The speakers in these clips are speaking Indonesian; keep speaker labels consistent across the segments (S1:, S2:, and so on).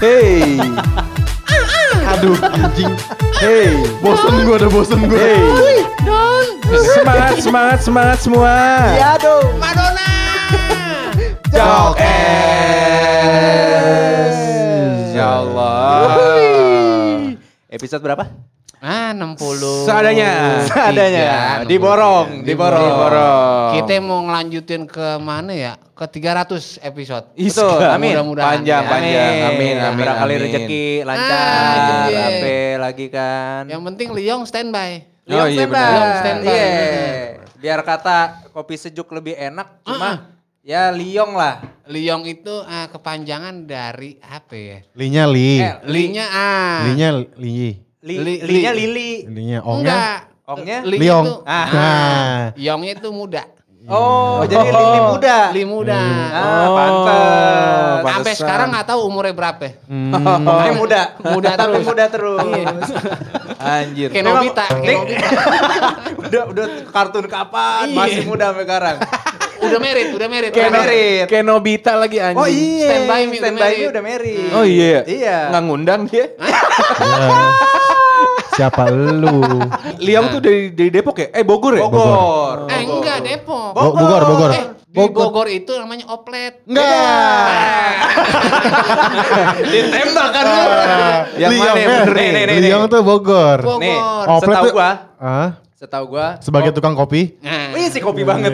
S1: Hey. Aduh, anjing. Hey.
S2: Bosen gue udah bosen gue.
S1: Hey.
S3: Dong.
S1: Semangat, semangat, semangat semua. Iya
S3: Ya dong. Madonna.
S1: Jokes. Ya Allah.
S3: Wuhui.
S1: Episode berapa?
S3: Ah, 60.
S1: Seadanya.
S3: Tiga,
S1: Seadanya.
S3: 60.
S1: Diborong, diborong. Diborong.
S3: Kita mau ngelanjutin ke mana ya? Ke 300 episode.
S1: itu
S3: amin.
S1: panjang
S3: Ya.
S1: panjang
S4: Amin, amin,
S1: barangkali
S4: amin.
S1: rezeki
S3: Ah,
S1: lancar
S3: rezeki.
S1: ape lagi kan
S3: Yang penting Liong standby.
S4: Oh, iya,
S1: standby.
S4: benar.
S3: Liong standby,
S1: Iya.
S3: benar.
S1: biar kata kopi sejuk lebih enak cuma
S3: Ah,
S1: ya liong lah
S3: Liong itu ah, kepanjangan dari apa ya?
S2: Linya li.
S1: Eh, nah.
S3: Linya ah. A.
S2: Linya li.
S1: li,
S3: Li-
S1: linya
S3: li.
S1: lili
S2: Linya ongnya.
S3: Enggak.
S1: Ongnya?
S3: Li
S2: Liong.
S3: itu-
S1: Ah.
S2: Nah.
S3: Yongnya itu muda.
S1: oh jadi lili muda Oh,
S3: Li muda.
S1: ah pantes
S3: Oh, Sampai
S4: pantesan.
S3: sekarang nggak tahu umurnya berapa.
S2: Hmm.
S1: Pokoknya muda
S3: Muda
S1: tapi
S3: terus.
S1: muda terus
S3: Iya.
S1: anjir
S3: Kayak
S1: Memang-
S3: Nobita, kayak
S1: Nih,
S3: Nobita.
S1: udah udah kartun kapan
S3: Iya.
S1: masih muda sampai sekarang
S3: Udah merit, udah merit.
S1: Kayak
S3: udah merit.
S1: merit.
S4: Kayak Nobita lagi anjing.
S1: Oh iya,
S3: Stand by me udah
S1: stand by me
S3: married.
S1: udah married.
S4: Oh iya.
S1: Iya.
S4: Nggak ngundang dia.
S2: Ya. Siapa lu?
S4: Liang tuh dari dari Depok ya? Eh Bogor ya?
S1: Bogor.
S3: Eh enggak Depok.
S2: Bo- Bogor, Bogor.
S3: Eh, di Bogor itu namanya oplet.
S2: Enggak.
S1: Ditembak kan lu.
S4: Ah,
S1: Yang mana yang bener nih? Nih, nih, nih.
S2: Liong ya? tuh Bogor. Oh,
S3: Bogor.
S1: Nih,
S2: Oplet
S1: setahu
S2: tuh-
S1: gua,
S2: Ah,
S1: setahu gua.
S2: sebagai tukang kopi.
S3: Nah,
S1: Wih, si kopi banget.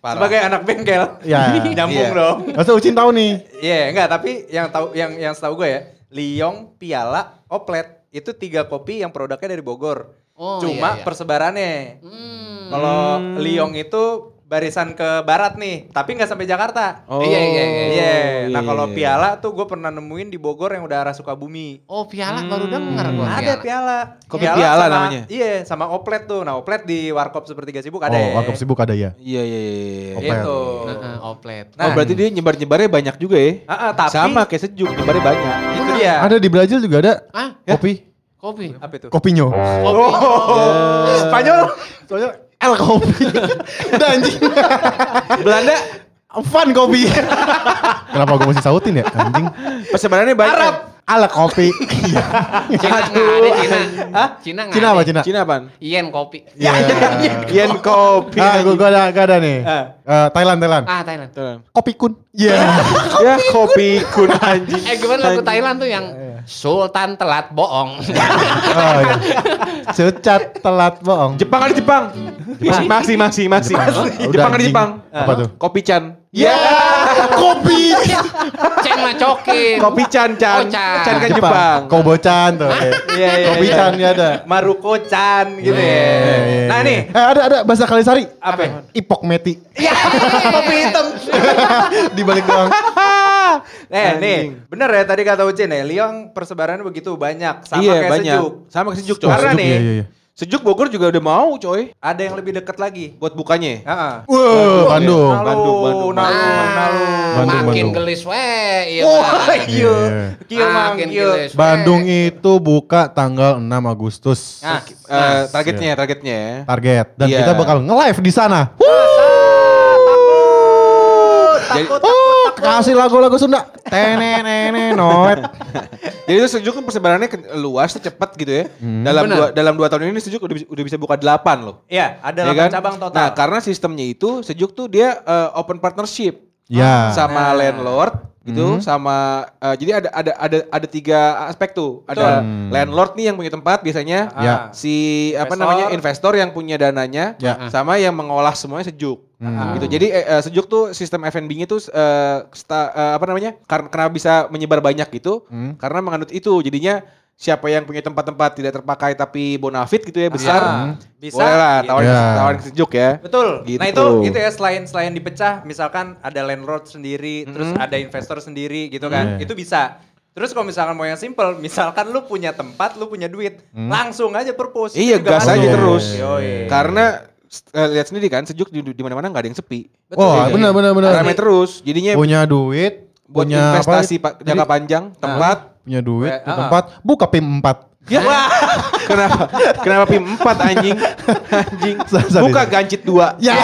S4: Parah.
S1: Sebagai anak bengkel.
S2: Ya.
S1: Nyambung
S4: Iya.
S1: dong.
S2: Masa Ucin tahu nih?
S1: Iya, enggak, tapi yang tahu yang yang setahu gua ya, Liong, Piala, Oplet itu tiga kopi yang produknya dari Bogor.
S3: Oh,
S1: Cuma
S3: iya, iya.
S1: persebarannya.
S3: Hmm.
S1: Kalau Liong itu barisan ke barat nih, tapi nggak sampai Jakarta.
S4: Oh.
S3: Iya, iya, iya.
S1: Iya, nah
S4: iya,
S1: kalau
S4: iya.
S1: piala tuh gue pernah nemuin di Bogor yang udah arah Sukabumi.
S3: Oh piala baru denger gua.
S1: Ada piala.
S4: Kopi piala
S1: sama-
S4: namanya?
S1: Iya, sama oplet tuh. Nah oplet di Warkop Sepertiga Sibuk ada
S2: oh,
S1: ya. Gitu.
S2: Warkop sibuk ada ya.
S4: Iya iya iya.
S2: Oplet.
S1: Itu.
S3: Heeh, oplet.
S1: Nah,
S4: oh berarti dia nyebar-nyebarnya banyak juga ya?
S1: Ah, ah, tapi-
S4: Sama kayak sejuk, nyebarnya banyak.
S1: itu dia.
S2: Ada di Brazil juga ada
S3: Ah,
S1: Ya?
S2: kopi.
S3: kopi.
S1: Apa itu?
S2: Kopinyo.
S4: Ya.
S1: Oh, Spanyol.
S2: Soalnya El kopi. Udah anjing.
S4: Belanda
S2: Fun kopi. Kenapa gue mesti sautin ya anjing?
S4: persebarannya kan? banyak.
S1: Arab.
S2: Ala kopi. Iya.
S3: Cina nggak ada Cina. Hah? Cina nggak
S2: Cina
S3: ada.
S2: apa Cina?
S4: Cina apaan?
S3: Yen kopi.
S1: Ya,
S2: Iya.
S4: Yen kopi.
S2: Ah, gue gua ada, gua ada nih.
S1: Ah.
S2: Eh, Thailand, Thailand.
S3: Ah Thailand.
S2: Kopi kun. Iya.
S4: ya kopi kun anjing.
S3: Eh gimana lagu Thailand tuh yang Sultan telat bohong.
S2: Oh iya. Secat telat bohong.
S4: Jepang ada Jepang. Masih masih masih.
S2: Jepang.
S4: Jepang ada
S2: Udah,
S4: Jepang.
S2: anjing. Apa tuh?
S4: Kopi Chan.
S1: Iya,
S2: Ya, kopi.
S3: Ceng mah cokin.
S4: Kopi Chan Chan.
S3: Oh, Chan.
S4: Chan kan Jepang.
S2: Kobocan tuh. kayak.
S1: Iya, iya.
S2: Kopi
S1: iya.
S2: Chan ya ada.
S1: Maruko Chan gitu
S2: Iya, iya,
S1: ya.
S2: iya.
S1: Nah nih,
S2: Eh ada ada bahasa Kalisari.
S1: apa?
S2: Ipok meti.
S3: Iya,
S1: Ya, kopi hitam.
S2: Di balik doang.
S1: Eh nih,
S4: Anjing.
S1: bener ya tadi kata Ucin ya, Liong persebarannya begitu banyak, sama
S4: Iya,
S1: kayak
S4: banyak.
S1: sejuk.
S4: Sama kayak sejuk, coy.
S1: Karena
S2: Sejuk,
S1: nih,
S2: iya, iya, iya.
S4: Sejuk Bogor juga udah mau, coy.
S1: Ada yang lebih dekat lagi.
S4: Buat bukanya.
S1: Heeh.
S2: Wow, Uh, Bandung.
S1: Nalu,
S4: Bandung, Bandung,
S1: Nalu,
S3: Ah,
S1: Nalu.
S2: Bandung,
S3: makin
S2: Bandung.
S3: gelis we. Iya.
S1: Wah,
S3: Bang.
S1: iya.
S2: Iya.
S1: Kieu mang
S3: Makin
S1: kieu.
S3: gelis we.
S2: Bandung itu buka tanggal 6 Agustus.
S1: Nah,
S4: Eh, targetnya, targetnya.
S2: Target dan
S4: Iya.
S2: kita bakal nge-live di sana.
S4: Jadi,
S2: Uh, kasih lagu-lagu Sunda. Tenenene noet.
S4: jadi itu sejuk kan persebarannya ke- luas, cepat gitu ya. Dalam
S3: Benar.
S4: dua, dalam dua tahun ini sejuk udah, bisa- udah bisa buka delapan loh.
S1: Iya, ada
S4: Ya
S1: delapan
S4: kan?
S1: cabang total.
S4: Nah, karena sistemnya itu sejuk tuh dia eh, open partnership
S2: Ya.
S1: Nah.
S4: sama landlord gitu sama eh, jadi ada ada ada ada tiga aspek tuh. Ada landlord nih yang punya tempat biasanya.
S2: Ya.
S1: Ah.
S4: si apa
S1: Investor.
S4: namanya investor yang punya dananya
S2: Ya. Hmm.
S4: sama yang mengolah semuanya sejuk gitu jadi eh, eh, sejuk tuh sistem F&B-nya tuh eh, sta- eh, apa namanya karena karena bisa menyebar banyak gitu
S2: Hmm.
S4: karena menganut itu jadinya siapa yang punya tempat-tempat tidak terpakai tapi bonafit gitu ya besar
S1: Ah, bisa.
S4: boleh lah
S1: Gitu.
S4: tawarin
S2: Ya.
S4: tawarin ke sejuk ya
S1: Betul. Nah
S4: Gitu.
S1: itu itu ya selain selain dipecah, misalkan ada landlord sendiri,
S4: Mm-hmm.
S1: terus ada investor sendiri gitu
S2: Iya.
S1: kan. Itu bisa. Terus kalau misalkan mau yang simple, misalkan lu punya tempat, lu punya duit, langsung aja perpus.
S4: Mm-hmm. iya
S1: Itu juga
S4: gas
S1: ada.
S4: aja
S2: masuk.
S4: terus
S1: Yoi.
S4: karena eh, lihat sendiri kan sejuk di, di mana-mana nggak ada yang sepi
S2: Wah, benar benar benar.
S4: ramai terus jadinya
S2: Punya duit,
S4: iya. buat
S2: punya apa,
S4: investasi pak
S2: jadi
S4: jangka panjang tempat
S2: punya duit,
S1: Eh,
S2: punya
S1: ah.
S2: tempat, buka PIM 4.
S4: Ya. kenapa? Kenapa PIM 4 anjing? Anjing.
S2: Sorry, Ya. sorry,
S4: Buka
S2: sorry.
S4: gancit 2.
S2: Ya.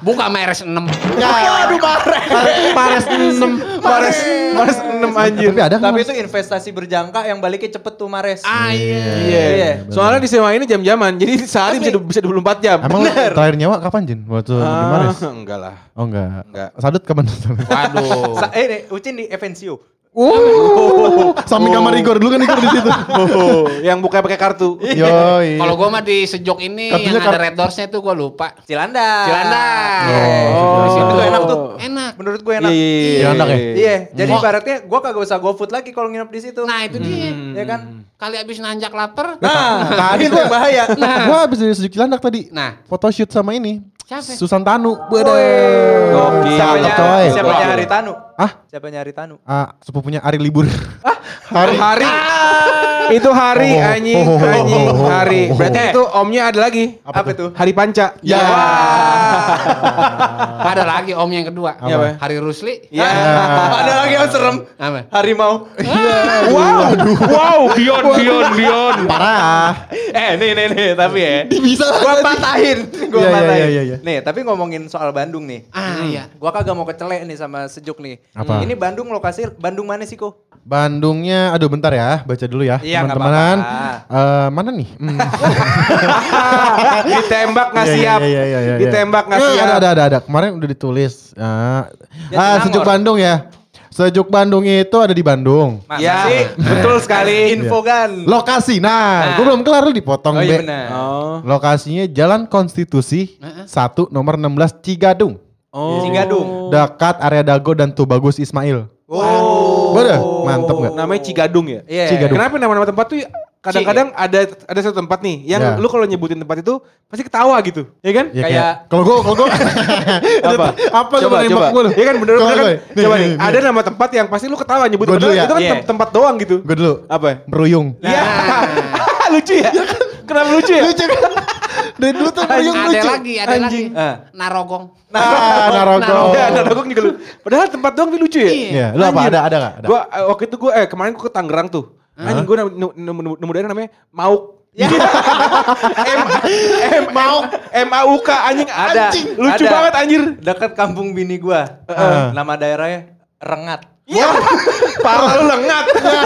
S3: Buka Mares 6.
S2: Aduh Mares. Mares 6.
S4: Mares, Mares 6 anjir.
S2: Tapi ada nggak
S1: Tapi
S2: Mares?
S1: itu investasi berjangka yang baliknya cepet tuh Mares.
S3: Ah iya.
S4: Iya.
S1: Iya.
S4: Soalnya di SMA ini jam-jaman. Jadi sehari bisa du- bisa 24 jam.
S2: Emang lu terakhir nyawa kapan Jin? Waktu di
S4: Ah,
S2: Mares?
S4: enggak lah.
S2: Oh enggak.
S4: Enggak.
S2: Sadut kapan?
S3: Waduh.
S1: Sa- eh, nih, Ucin di Evencio.
S2: Samping kamar Igor dulu kan Igor di situ.
S4: Oh, yang buka pakai kartu.
S2: Iya. Yoi.
S3: Kalau gue mah di sejok ini
S2: Kartunya
S3: yang ada
S2: kar-
S3: red doors-nya tuh gue lupa.
S1: Cilandak.
S3: Cilandak.
S2: Oh.
S1: Di situ enak tuh.
S3: Enak.
S1: Menurut gue enak.
S2: iya. Enak ya?
S1: Iya, jadi
S3: Oh.
S1: ibaratnya gue kagak usah GoFood lagi kalau nginep di situ.
S3: Nah itu dia.
S1: ya kan?
S2: Hmm.
S3: Kali abis nanjak lapar.
S1: Nah, tadi gue bahaya.
S2: Gua habis dari Suzuki Landak tadi.
S3: Nah.
S2: Photoshoot sama ini.
S3: Siapa?
S2: Susantanu. Bede.
S4: Gokil.
S2: Cakep
S1: Siapanya,
S2: coy.
S1: siapanya
S4: Gokil.
S1: Hari Tanu?
S2: Hah?
S1: Siapanya Hari Tanu?
S2: Ah, sepupunya Ari libur.
S4: Hari. hari.
S2: Ah.
S4: itu hari
S2: Oh, oh,
S4: anjing,
S2: oh, oh, oh,
S4: anjing,
S2: oh, oh, oh,
S4: hari.
S2: oh, oh.
S4: Berarti itu omnya ada lagi.
S1: Apa, tuh?
S4: Hari Panca.
S2: Ya.
S3: Ada lagi om yang kedua.
S4: Iya, Pak.
S3: Hari Rusli.
S4: Ya.
S1: Ada lagi yang serem.
S3: Apa?
S1: Harimau.
S4: Wow. Wow, Dion, Dion, Dion.
S2: Parah.
S1: eh, nih nih nih, tapi ya.
S2: Bisa
S1: Gua patahin,
S2: Iya,
S1: gua
S2: iya,
S1: patahin.
S2: iya, iya.
S1: Nih, tapi ngomongin soal Bandung nih.
S3: Ah iya.
S1: Gua kagak mau kecelek nih sama Sejuk nih.
S2: Apa?
S1: Ini Bandung lokasi Bandung mana sih, Ko?
S2: Bandungnya, aduh bentar ya, baca dulu ya
S1: Iya, nggak
S2: teman-teman.
S1: apa-apa.
S2: Eh, mana nih? Hmm.
S4: Ditembak nggak
S2: Iya, iya,
S4: siap.
S2: iya, iya, iya, iya.
S4: Ditembak nggak
S2: Eh,
S4: siap.
S2: Ada, ada, ada, ada. Kemarin udah ditulis. Ah,
S1: Ya,
S2: ah
S1: Cinangor.
S2: sejuk Bandung ya. Sejuk Bandung itu ada di Bandung.
S1: Masa
S4: Ya,
S1: sih?
S4: betul sekali.
S2: Iya.
S1: Infogan.
S2: Lokasi. Nah,
S1: Nah.
S2: gue belum kelar lu dipotong,
S1: kan? Oh iya
S2: Be.
S1: benar.
S4: Oh.
S2: Lokasinya Jalan Konstitusi
S3: Heeh.
S2: 1 nomor 16 Cigadung.
S4: Oh.
S1: Cigadung.
S2: Dekat area Dago dan Tubagus Ismail.
S1: Oh. Wow.
S2: Waduh, mantep nggak?
S4: Namanya Cigadung ya?
S1: Iya.
S2: Cigadung.
S4: Kenapa nama-nama tempat tuh kadang-kadang ada ada satu tempat nih yang
S2: Ya.
S4: lu kalau nyebutin tempat itu pasti ketawa gitu, ya kan?
S2: Ya,
S1: Kayak-
S2: kalau gue kalau gue
S4: Apa?
S2: apa lu
S4: coba
S2: nembak
S4: coba.
S2: gua lu?
S4: Ya kan bener
S2: Coba,
S4: bener kan?
S2: coba. Nih,
S4: coba
S2: nih,
S4: nih,
S2: nih.
S4: ada nama tempat yang pasti lu ketawa nyebut
S2: Gua dulu
S4: padahal
S2: ya.
S4: itu kan
S1: Iya.
S4: tem- tempat doang gitu.
S2: Gue dulu
S4: Apa?
S2: Beruyung.
S4: Ya. lucu ya? Kenapa lucu ya?
S2: Lucu kan? Dari dulu tuh Beruyung
S3: Ada
S2: Nah, lucu.
S3: lagi, ada lagi.
S1: Anjing. Ah.
S3: Narogong.
S2: Nah, Narogong.
S4: Ya, ada dogong juga lu. Padahal tempat doang tapi lucu ya?
S3: Iya.
S2: Iya, lu apa
S4: Anjir.
S2: ada ada enggak? Ada.
S4: Gua eh, waktu itu gua eh kemarin gua ke Tangerang tuh. Anjing gua nemu nemu, nemu, nemu daerah namanya Mauk. Ya. M M Mauk M A U K anjing
S1: Ada.
S4: anjing. Lucu
S1: Ada.
S4: banget anjir.
S1: Dekat kampung bini gua.
S2: Heeh.
S1: Nama daerahnya Rengat.
S4: Ya. Pala lu lengat.
S2: Iya.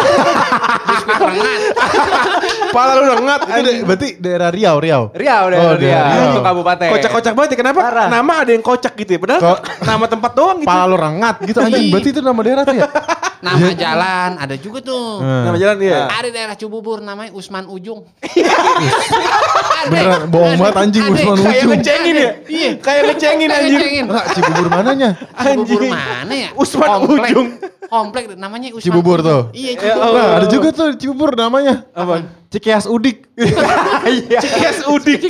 S3: Biskuit rengat.
S4: Pala lu lengat.
S2: Itu da- berarti daerah Riau, Riau.
S1: Riau udah
S2: Oh,
S1: Riau.
S2: Riau.
S1: Itu kabupaten.
S4: Iya. Kocak-kocak banget ya kenapa?
S1: Parah.
S4: Nama ada yang kocak gitu ya. Padahal
S2: Kok-
S4: nama tempat doang gitu.
S2: Pala lu rengat gitu anjing. Berarti itu nama daerah tuh ya?
S3: Nama jalan ada juga tuh.
S2: Hmm.
S4: Nama jalan ya.
S3: Ada daerah Cibubur namanya Usman Ujung.
S2: Beneran, bohong banget anjing, Usman
S4: Kayak
S2: Ujung.
S4: ngecengin ya.
S3: Iya.
S4: Kayak ngecengin
S3: Kayak
S4: anjir.
S3: ngecengin.
S2: Enggak, Cibubur mananya?
S3: Cibubur
S4: Anjing.
S3: mana ya?
S4: Usman
S3: Komplek.
S4: Ujung.
S3: Komplek namanya Usman
S2: Cibubur
S3: Ujung.
S2: tuh.
S3: Iya Cibubur.
S2: Nah, ada juga tuh Cibubur namanya. Apa? Cikeas Udik.
S4: Cikeas Udik.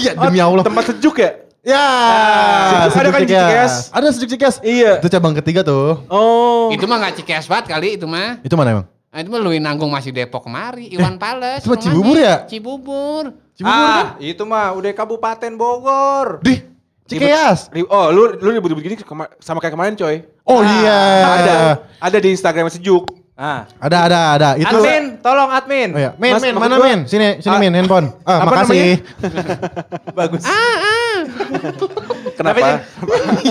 S2: Iya, demi Allah.
S4: Tempat sejuk ya?
S2: Ya,
S4: Sejuk- ada kan Cikeas?
S2: Ada sejuk Cikeas.
S4: Iya.
S2: Itu cabang ketiga tuh.
S4: Oh.
S3: Itu mah gak cikeas banget kali itu mah.
S2: Itu mana emang?
S3: Nah, itu mah Luin Nanggung masih Depok kemari. Iwan Pales.
S2: Eh, itu mah
S3: rumahnya.
S2: Cibubur ya?
S3: Cibubur.
S2: Cibubur kan?
S1: ah, itu mah udah kabupaten Bogor.
S2: Dih, Cikeas.
S4: Rib- Oh, lu lu ribut-ribut gini kema- sama kayak kemarin, coy.
S2: Oh iya.
S4: Ah. Ada ada di Instagram sejuk.
S1: Ah.
S2: Ada, ada, ada. Itu
S1: admin, tolong admin.
S2: Oh iya. Min,
S4: Mas,
S2: min,
S4: maksud
S2: mana
S4: gua-
S2: min? Sini, sini
S4: Ah,
S2: min, handphone. Ah,
S4: apa
S2: makasih.
S1: Bagus.
S4: Kenapa?
S1: Kenapa? Cing?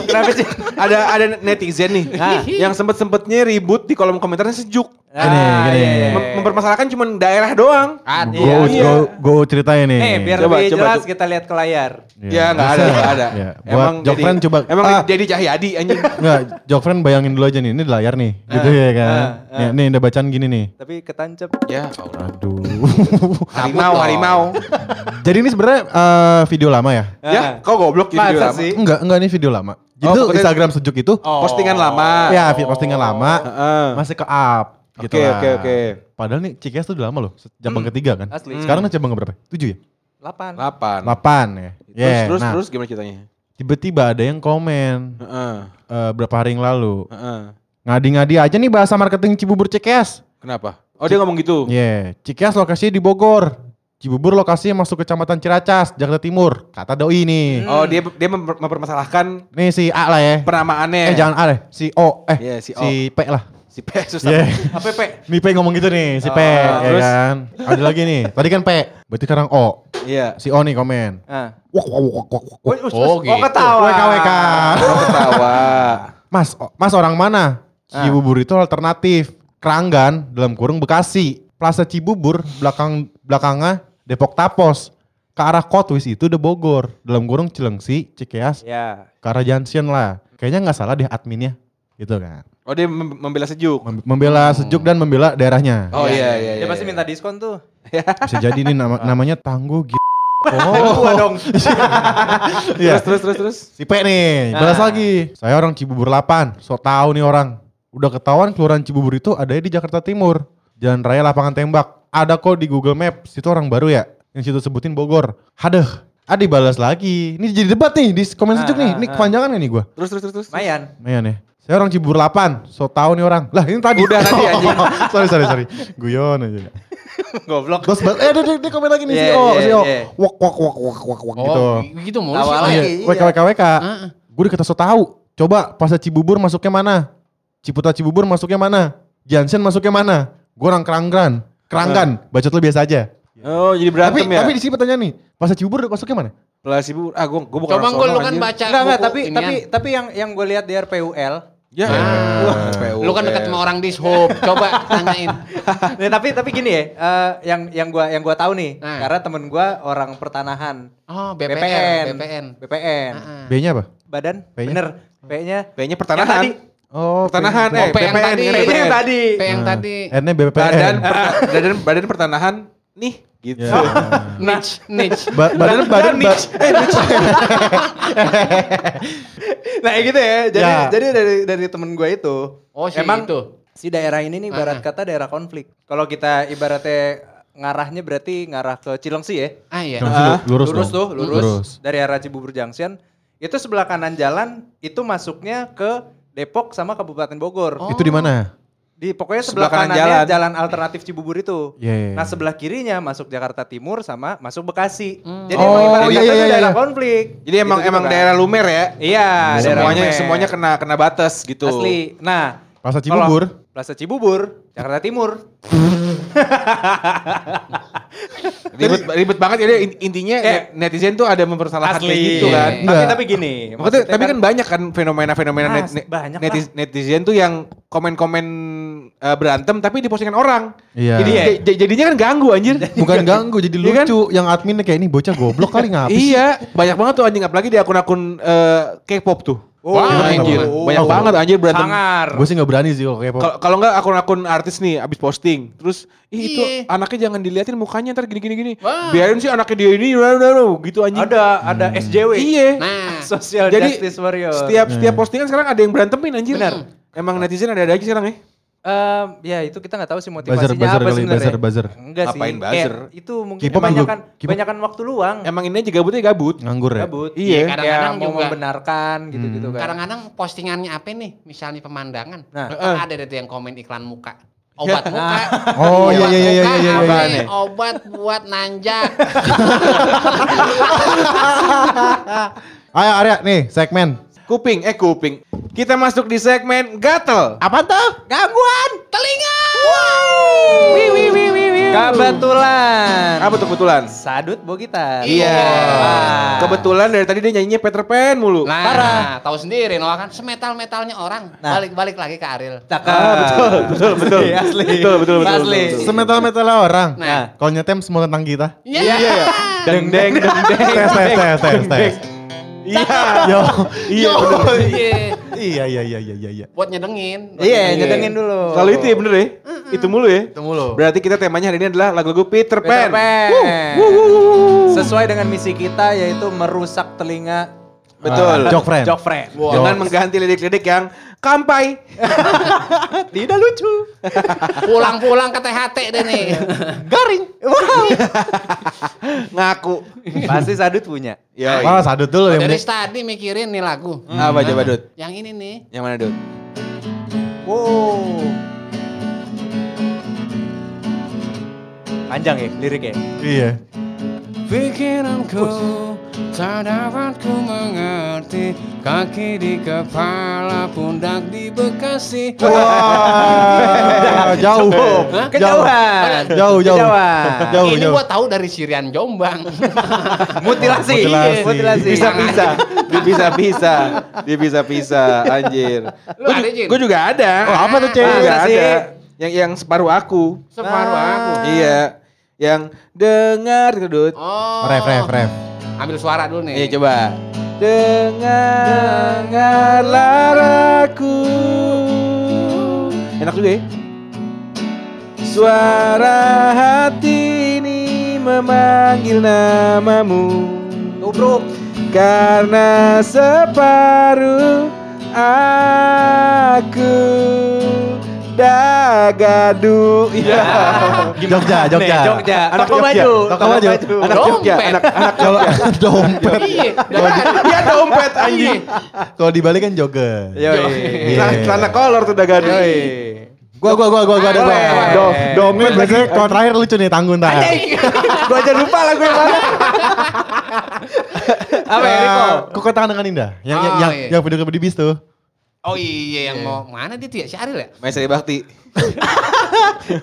S1: Kenapa sih?
S4: ada ada netizen nih
S1: Ah.
S4: yang sempet-sempetnya ribut di kolom komentarnya sejuk.
S2: Gini, gini.
S1: Eh.
S4: Mem- mempermasalahkan cuma daerah doang.
S3: Ada.
S1: Iya.
S2: Gue
S4: Iya.
S2: gue gue ceritain nih. Iya,
S1: Nih, Eh, biar
S4: Coba,
S1: lebih
S4: coba
S1: jelas
S4: tuh.
S1: kita lihat ke layar.
S4: Ya nggak ada, nggak ada.
S2: Emang Jokfren
S4: jadi-
S2: Iya. coba.
S4: Emang
S2: Ah,
S4: jadi Cahyadi anjing.
S2: Nggak, Jokfren bayangin dulu aja nih, ini di layar nih, gitu ya kan.
S1: ah,
S2: Nih, nih udah bacaan gini nih.
S1: Tapi ketancep.
S4: ya Allah.
S2: Aduh.
S4: Harimau,
S3: dong.
S4: harimau.
S2: Jadi ini sebenarnya eh, video lama ya?
S4: ya, kau goblok gitu.
S1: Ah. Masa
S4: lama.
S1: sih?
S2: Enggak, enggak ini video lama. Jadi
S4: Oh,
S2: tuh
S4: pokoknya- Oh,
S2: Instagram sejuk itu,
S4: Postingan lama.
S2: ya vi- postingan lama,
S4: Heeh.
S2: masih ke up. Gitu
S4: oh, Oke,
S2: lah.
S4: oke, oke.
S2: Padahal nih Cikes tuh udah lama loh, cabang ketiga kan.
S1: Asli.
S2: Sekarang cabang berapa? Tujuh ya?
S1: 8.
S4: Lapan.
S2: Delapan ya.
S4: Terus,
S2: Yeah,
S4: terus,
S2: nah,
S4: terus gimana ceritanya?
S2: tiba-tiba ada yang komen
S4: Heeh.
S2: eh, berapa hari yang lalu.
S4: Heeh.
S2: Ngadi-ngadi aja nih bahasa marketing Cibubur Cikes.
S4: Kenapa? Oh dia ngomong gitu.
S2: Yeah. Cikeas lokasinya di Bogor. Cibubur lokasinya masuk kecamatan Ciracas, Jakarta Timur. Kata doi nih.
S4: Oh dia dia memper- mempermasalahkan
S2: Nih si A lah ya.
S4: penamaannya.
S2: Eh jangan A deh, si O. Eh
S4: Iya, si
S2: si P lah.
S4: Si P susah.
S2: Iya.
S1: Apa Pe?
S2: Nih P ngomong gitu nih, si P,
S1: Ah,
S2: ya
S4: terus?
S2: kan? Ada lagi nih, tadi kan P, berarti sekarang O.
S4: Iya.
S2: Si O nih komen.
S1: Ah.
S2: Wak, wak, wak, wak, wak, wak.
S1: us, us.
S3: Oh, gitu.
S1: ketawa.
S2: WK, WK.
S4: Oh, ketawa.
S2: Mas, o- mas orang mana?
S4: Ah.
S2: Cibubur itu alternatif. Keranggan dalam kurung Bekasi. Plaza Cibubur belakang belakangnya Depok Tapos. Ke arah Kotwis itu udah Bogor. Dalam kurung Cilengsi, Cikeas,
S1: Ya.
S2: ke arah Junction lah. Kayaknya nggak salah deh adminnya. Gitu kan.
S4: Oh dia mem- membela sejuk.
S2: Mem- Membela sejuk dan membela daerahnya.
S4: Oh iya iya.
S1: Dia pasti minta diskon tuh.
S2: Bisa jadi nih nama- namanya Tangguh G.
S1: Oh, gua dong.
S4: Terus terus terus terus.
S2: Si P nih, balas
S1: Ah.
S2: lagi. Saya orang Cibubur 8, so tau nih orang. Udah ketahuan kelurahan Cibubur itu adanya di Jakarta Timur. Jalan Raya Lapangan Tembak. Ada kok di Google Maps, itu orang baru ya. Yang situ sebutin Bogor. Hadeh. Adi balas lagi. Ini jadi debat nih di komen
S1: Ah,
S2: sejuk nih.
S1: ah,
S2: Ini
S1: ah.
S2: kepanjangan gak nih gua.
S4: Terus terus terus. terus.
S1: Mayan.
S2: Mayan ya. Saya orang Cibubur 8, so tau nih orang. Lah ini tadi.
S4: Udah tadi, anjing.
S2: sorry, sorry, sorry. Guyon aja.
S1: Goblok.
S2: Terus bal- eh dia, dia, dia komen lagi nih
S1: Iya,
S2: si O,
S1: iya,
S2: si O.
S1: iya.
S2: Wak wak wak wak wak wak gitu.
S3: Oh, gitu mulu sih.
S1: Awalnya
S3: Oh, iya.
S1: kayak-
S2: WK WK WK.
S3: Heeh.
S2: Gue dikata so tau. Coba Plaza Cibubur masuknya mana? Ciputa Cibubur masuknya mana? Jansen masuknya mana? Gue orang Keranggan. Keranggan. Bacot lo biasa aja.
S4: Oh jadi
S2: Tapi
S4: berantem ya.
S2: tapi di sini pertanyaan nih. Plaza Cibubur masuknya mana?
S4: Pelas ibu. Ah gue gue bukan.
S3: Coba
S4: orang
S3: gue
S4: sono,
S3: lu kan
S4: anjir.
S3: baca
S1: Enggak enggak,
S3: buku
S1: tapi
S3: inian.
S1: tapi tapi yang yang gue lihat di RPUL.
S4: Ya.
S3: Ah.
S4: Wah, PU.
S3: Lu kan dekat sama orang di Hope, coba tanyain.
S1: Nah, tapi tapi gini ya, eh, yang yang gua yang gua tahu nih,
S3: Nah.
S1: karena temen gua orang pertanahan.
S3: Oh, BPN,
S1: BPN.
S3: BPN.
S1: BPN.
S3: Heeh.
S2: B-nya apa?
S1: Badan?
S2: P-nya?
S1: Bener. P-nya.
S4: Kayaknya
S1: Yang
S4: pertanahan.
S1: Ya, tadi.
S2: Oh,
S4: Pertanahan, eh.
S3: Oh, P yang
S4: BPN,
S3: tadi.
S1: P-nya yang tadi.
S3: P
S2: Hmm.
S3: yang tadi.
S2: Nah. N-nya BPPN.
S4: Badan perta- badan badan pertanahan nih gitu.
S2: Ya.
S3: Niche, niche.
S2: Ba- badan badan
S1: Dan
S2: ba-
S1: niche. Eh, niche. nah ya gitu ya. Jadi
S2: Ya.
S1: jadi dari dari temen gue itu.
S3: Oh, si itu.
S1: si daerah ini nih ibarat
S3: Ah.
S1: kata daerah konflik. Kalau kita ibaratnya ngarahnya berarti ngarah ke Cilengsi ya.
S3: Ah iya.
S2: Cilengsi lu- Eh, lurus dong.
S1: tuh, lurus.
S2: Lurus.
S1: Dari arah Cibubur Junction. Itu sebelah kanan jalan itu masuknya ke Depok sama Kabupaten Bogor.
S3: Oh.
S2: Itu di mana?
S1: Di pokoknya sebelah,
S4: Sebelah kanan
S1: kanannya jalan.
S4: jalan.
S1: alternatif Cibubur itu.
S2: Iya, iya,
S1: Nah
S2: iya.
S1: sebelah kirinya masuk Jakarta Timur sama masuk Bekasi.
S3: Hmm.
S1: Jadi
S2: Oh,
S1: emang ibarat
S2: iya,
S1: kata
S2: iya,
S1: itu
S2: iya,
S1: daerah
S2: iya.
S1: konflik.
S4: Jadi emang
S1: Gitu-gitu
S4: emang
S1: kan.
S4: daerah lumer ya.
S1: Iya, daerah
S4: semuanya
S1: Lumer.
S4: semuanya kena kena batas gitu.
S1: asli. Nah,
S2: Plaza
S1: kalau-
S2: Cibubur.
S1: Plaza Cibubur, Jakarta Timur.
S4: Ribet ribet banget jadi in- intinya
S1: Eh.
S4: ne- netizen tuh ada mempersalahkan kayak
S1: Asli.
S4: gitu kan.
S1: Tapi
S3: Iya.
S2: Enggak.
S1: tapi gini.
S4: Maksudnya,
S1: maksudnya
S4: tapi kan banyak kan fenomena-fenomena
S1: Ah,
S4: net- ne-
S1: banyak
S4: netiz- netizen tuh yang komen-komen eh, berantem tapi dipostingan orang.
S2: Iya.
S4: Jadi
S1: Iya.
S4: j- j- jadinya kan ganggu anjir.
S2: Bukan ganggu jadi
S4: Iya kan?
S2: lucu yang adminnya kayak ini bocah goblok kali ngapis.
S4: Iya, banyak banget tuh anjing apalagi di akun-akun eh, K-pop tuh.
S1: Oh,
S4: Wah,
S2: iya.
S4: anjir.
S1: Oh.
S4: Banyak banget anjir berantem.
S1: sangar.
S2: Gue sih gak berani sih kalau kayak
S4: Kalau kalau nggak akun-akun artis nih abis posting, terus ih itu
S3: Iya.
S4: anaknya jangan diliatin mukanya ntar gini-gini gini.
S3: Wah.
S4: Biarin sih anaknya dia ini bla, bla, bla, gitu anjing.
S1: Ada ada SJW.
S4: Iya.
S3: Nah,
S1: Social
S4: Jadi
S1: Justice Warrior. Iya.
S4: setiap setiap postingan sekarang ada yang berantemin anjir.
S1: Benar.
S4: Emang netizen ada-ada aja sekarang ya.
S1: Em, ya itu kita nggak tahu sih
S2: Buzzer,
S1: motivasinya
S2: buzzer
S1: apa
S2: kali,
S1: sebenarnya.
S2: buzzer, buzzer.
S1: Enggak sih.
S4: Ngapain
S1: kayak
S4: buzzer?
S1: Itu mungkin
S2: K-pop juga-
S1: kebanyakan
S2: K-pop.
S1: kebanyakan waktu luang.
S4: Emang ini aja gabutnya gabut.
S2: nganggur ya.
S1: Gabut.
S4: Iya. Hmm.
S1: Kayak
S3: Kadang-kadang
S1: mau
S3: juga.
S1: membenarkan gitu-gitu kan.
S3: Kadang-kadang postingannya apa nih? Misalnya pemandangan.
S1: Nah. Iya.
S3: Ntar ada deh tuh yang komen iklan muka. Obat muka.
S2: Oh,
S3: Obat
S2: iya, iya, iya, iya,
S3: muka,
S2: iya,
S3: apa
S2: iya,
S3: nih?
S4: iya.
S3: Obat buat nanjak.
S2: Ayo Arya nih segmen.
S4: Kuping, eh kuping. Kita masuk di segmen gatel.
S2: Apa tuh?
S1: Gangguan telinga. Kebetulan.
S4: Apa tuh kebetulan?
S1: Sadut Bogita.
S4: Iya.
S1: Wah.
S4: Kebetulan dari tadi dia nyanyinya Peter Pan mulu.
S3: Nah,
S1: Parah.
S3: tahu sendiri Noah kan semetal-metalnya orang.
S1: Nah.
S3: Balik-balik lagi ke Aril.
S1: Cakep.
S4: Ah, betul, betul, betul.
S1: Asli, Iya, asli.
S4: Betul, betul, betul,
S1: Asli.
S4: betul, betul.
S2: Semetal metal orang.
S1: Nah.
S2: Kalau nyetem semua tentang kita.
S3: Iya.
S4: Deng deng deng deng.
S2: Tes tes tes tes tes.
S4: Iya.
S2: Yo.
S4: Iya bener.
S3: Iya.
S2: Iya iya iya iya iya. iya.
S3: Buat nyedengin. buat
S1: Iya,
S3: nyedengin.
S1: nyedengin dulu.
S4: Kalau itu ya bener ya. Itu mulu ya.
S2: Itu mulu.
S4: Berarti kita temanya hari ini adalah lagu-lagu Peter Pan.
S1: Peter Pan.
S4: Wuh, wuh, wuh, wuh, wuh.
S1: Sesuai dengan misi kita yaitu merusak telinga
S4: Betul.
S2: Ah, Jok friend.
S1: Jokfren.
S4: Jangan mengganti lirik-lirik yang kampai.
S1: Tidak lucu.
S3: Pulang-pulang ke THT deh nih.
S4: Iya.
S1: Garing. Wow.
S4: Ngaku.
S1: Pasti Sadut punya.
S4: Ya.
S2: Wah sadut dulu yang
S3: Dari
S2: penting.
S3: tadi mikirin nih lagu.
S4: Hmm. Apa coba Dut?
S3: Yang ini nih.
S4: Yang mana Dut?
S1: Wow. Panjang ya liriknya.
S2: Iya.
S3: Pikiranku Tak dapat ku mengerti Kaki di kepala, pundak di Bekasi
S2: Wah, jauh.
S3: Hah?
S1: Kejauhan.
S2: Jauh, jauh.
S1: Kejauhan.
S2: Jauh,
S3: Ini
S2: jauh.
S3: gua tahu dari Sirian Jombang
S1: Mutilasi.
S2: Mutilasi.
S1: Mutilasi.
S4: Bisa bisa, dia bisa bisa, dia bisa bisa, anjir.
S3: Lu ada, Jin?
S4: Gue juga ada.
S2: Oh, apa tuh, Cek?
S4: Gua juga
S1: Masa
S4: ada.
S1: sih?
S4: Yang yang separuh aku. Nah.
S3: Separuh aku
S4: Iya. Yang dengar gitu, Dut.
S3: Oh
S2: Ref, ref, ref.
S3: Ambil suara dulu nih
S4: Iya coba. Dengarlah aku. Enak juga ya. Suara hati ini memanggil namamu. Tubruk. Karena separuh aku dagadu. Iya.
S2: Jogja, Jogja.
S1: Nih, Jogja.
S4: Anak
S1: Toko
S4: Jogja,
S1: baju.
S2: toko baju.
S4: Anak Jogja,
S3: Dompet.
S4: anak anak
S2: Kalau dompet.
S3: Iya,
S4: dia dompet anjing.
S2: Kalau dibalik kan jogger.
S1: Yoi.
S2: Iya.
S4: Celana celana kolor tuh dagadu.
S1: Yoi.
S2: Gua gua gua gua gua ada gua.
S1: Boleh.
S2: Do,
S1: Eh.
S2: domen biasanya kalau terakhir lucu nih tanggung tar.
S1: Gue aja lupa lagu yang mana. Apa
S4: Eh.
S1: ya, Riko?
S2: Eh, Kok tangan dengan Indah? Yang yang
S3: Oh,
S2: yang,
S3: iya.
S2: yang video klip di bis tuh.
S3: Oh iya yang mau mana dia tuh ya? Si Ariel ya?
S4: Maestri Bakti.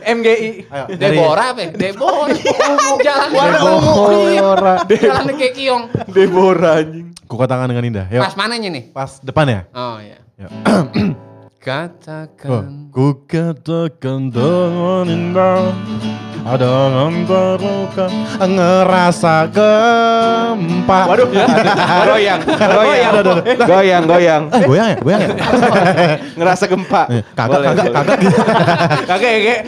S1: MGI.
S2: Ayo. dari-
S3: Deborah apa ya? Deborah. Jalan warna ungu.
S2: Deborah.
S3: Jalan kayak kiong.
S4: Deborah anjing.
S2: Kok tangan dengan Indah. Yuk.
S3: Pas mananya nih?
S2: Pas depan ya?
S3: Oh iya.
S2: Yuk. Oh.
S3: Katakan.
S2: Ku katakan dengan indah Ada yang terluka Ngerasa gempa
S4: Waduh. goyang, goyang.
S2: Aduh, aduh, aduh.
S4: Goyang, goyang.
S2: Eh goyang ya? Goyang ya?
S4: Ngerasa gempa.
S2: Eh, Kagak,
S4: Boleh,
S2: kagak,
S4: boleh.
S2: kagak gitu
S1: Kakek, kakek.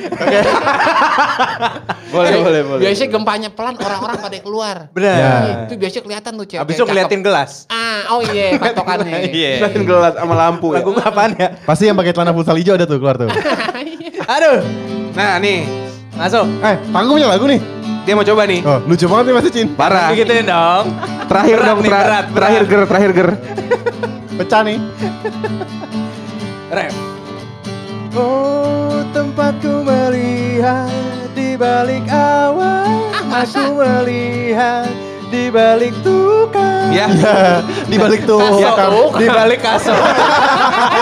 S4: Boleh,
S3: Eh,
S4: boleh, boleh.
S3: Biasanya gempanya pelan orang-orang pada keluar.
S1: Benar.
S2: Ya.
S3: Iya, Itu biasanya kelihatan tuh cewek.
S1: Abis itu ngeliatin gelas.
S3: Ah, oh iya patokannya.
S4: Selain gelas sama lampu ya.
S1: Lagu apaan ya?
S2: Pasti yang pakai celana futsal hijau ada tuh keluar tuh
S3: Iya.
S1: Aduh.
S4: Nah, nih.
S1: Masuk.
S2: Eh panggungnya lagu nih
S4: Dia mau coba nih.
S2: Oh lucu banget nih Mas Cin
S4: Parah.
S1: Digituin dong.
S4: Terakhir
S1: Berat
S4: dong,
S1: nih,
S4: tra-
S1: berat, berat.
S4: terakhir ger, terakhir ger.
S2: Pecah nih
S1: Ref. Oh tempatku melihat di balik awan Aku melihat di balik tukang
S4: Ya.
S2: Ya, Di balik tuh
S1: Ya,
S2: kan.
S1: di balik kasur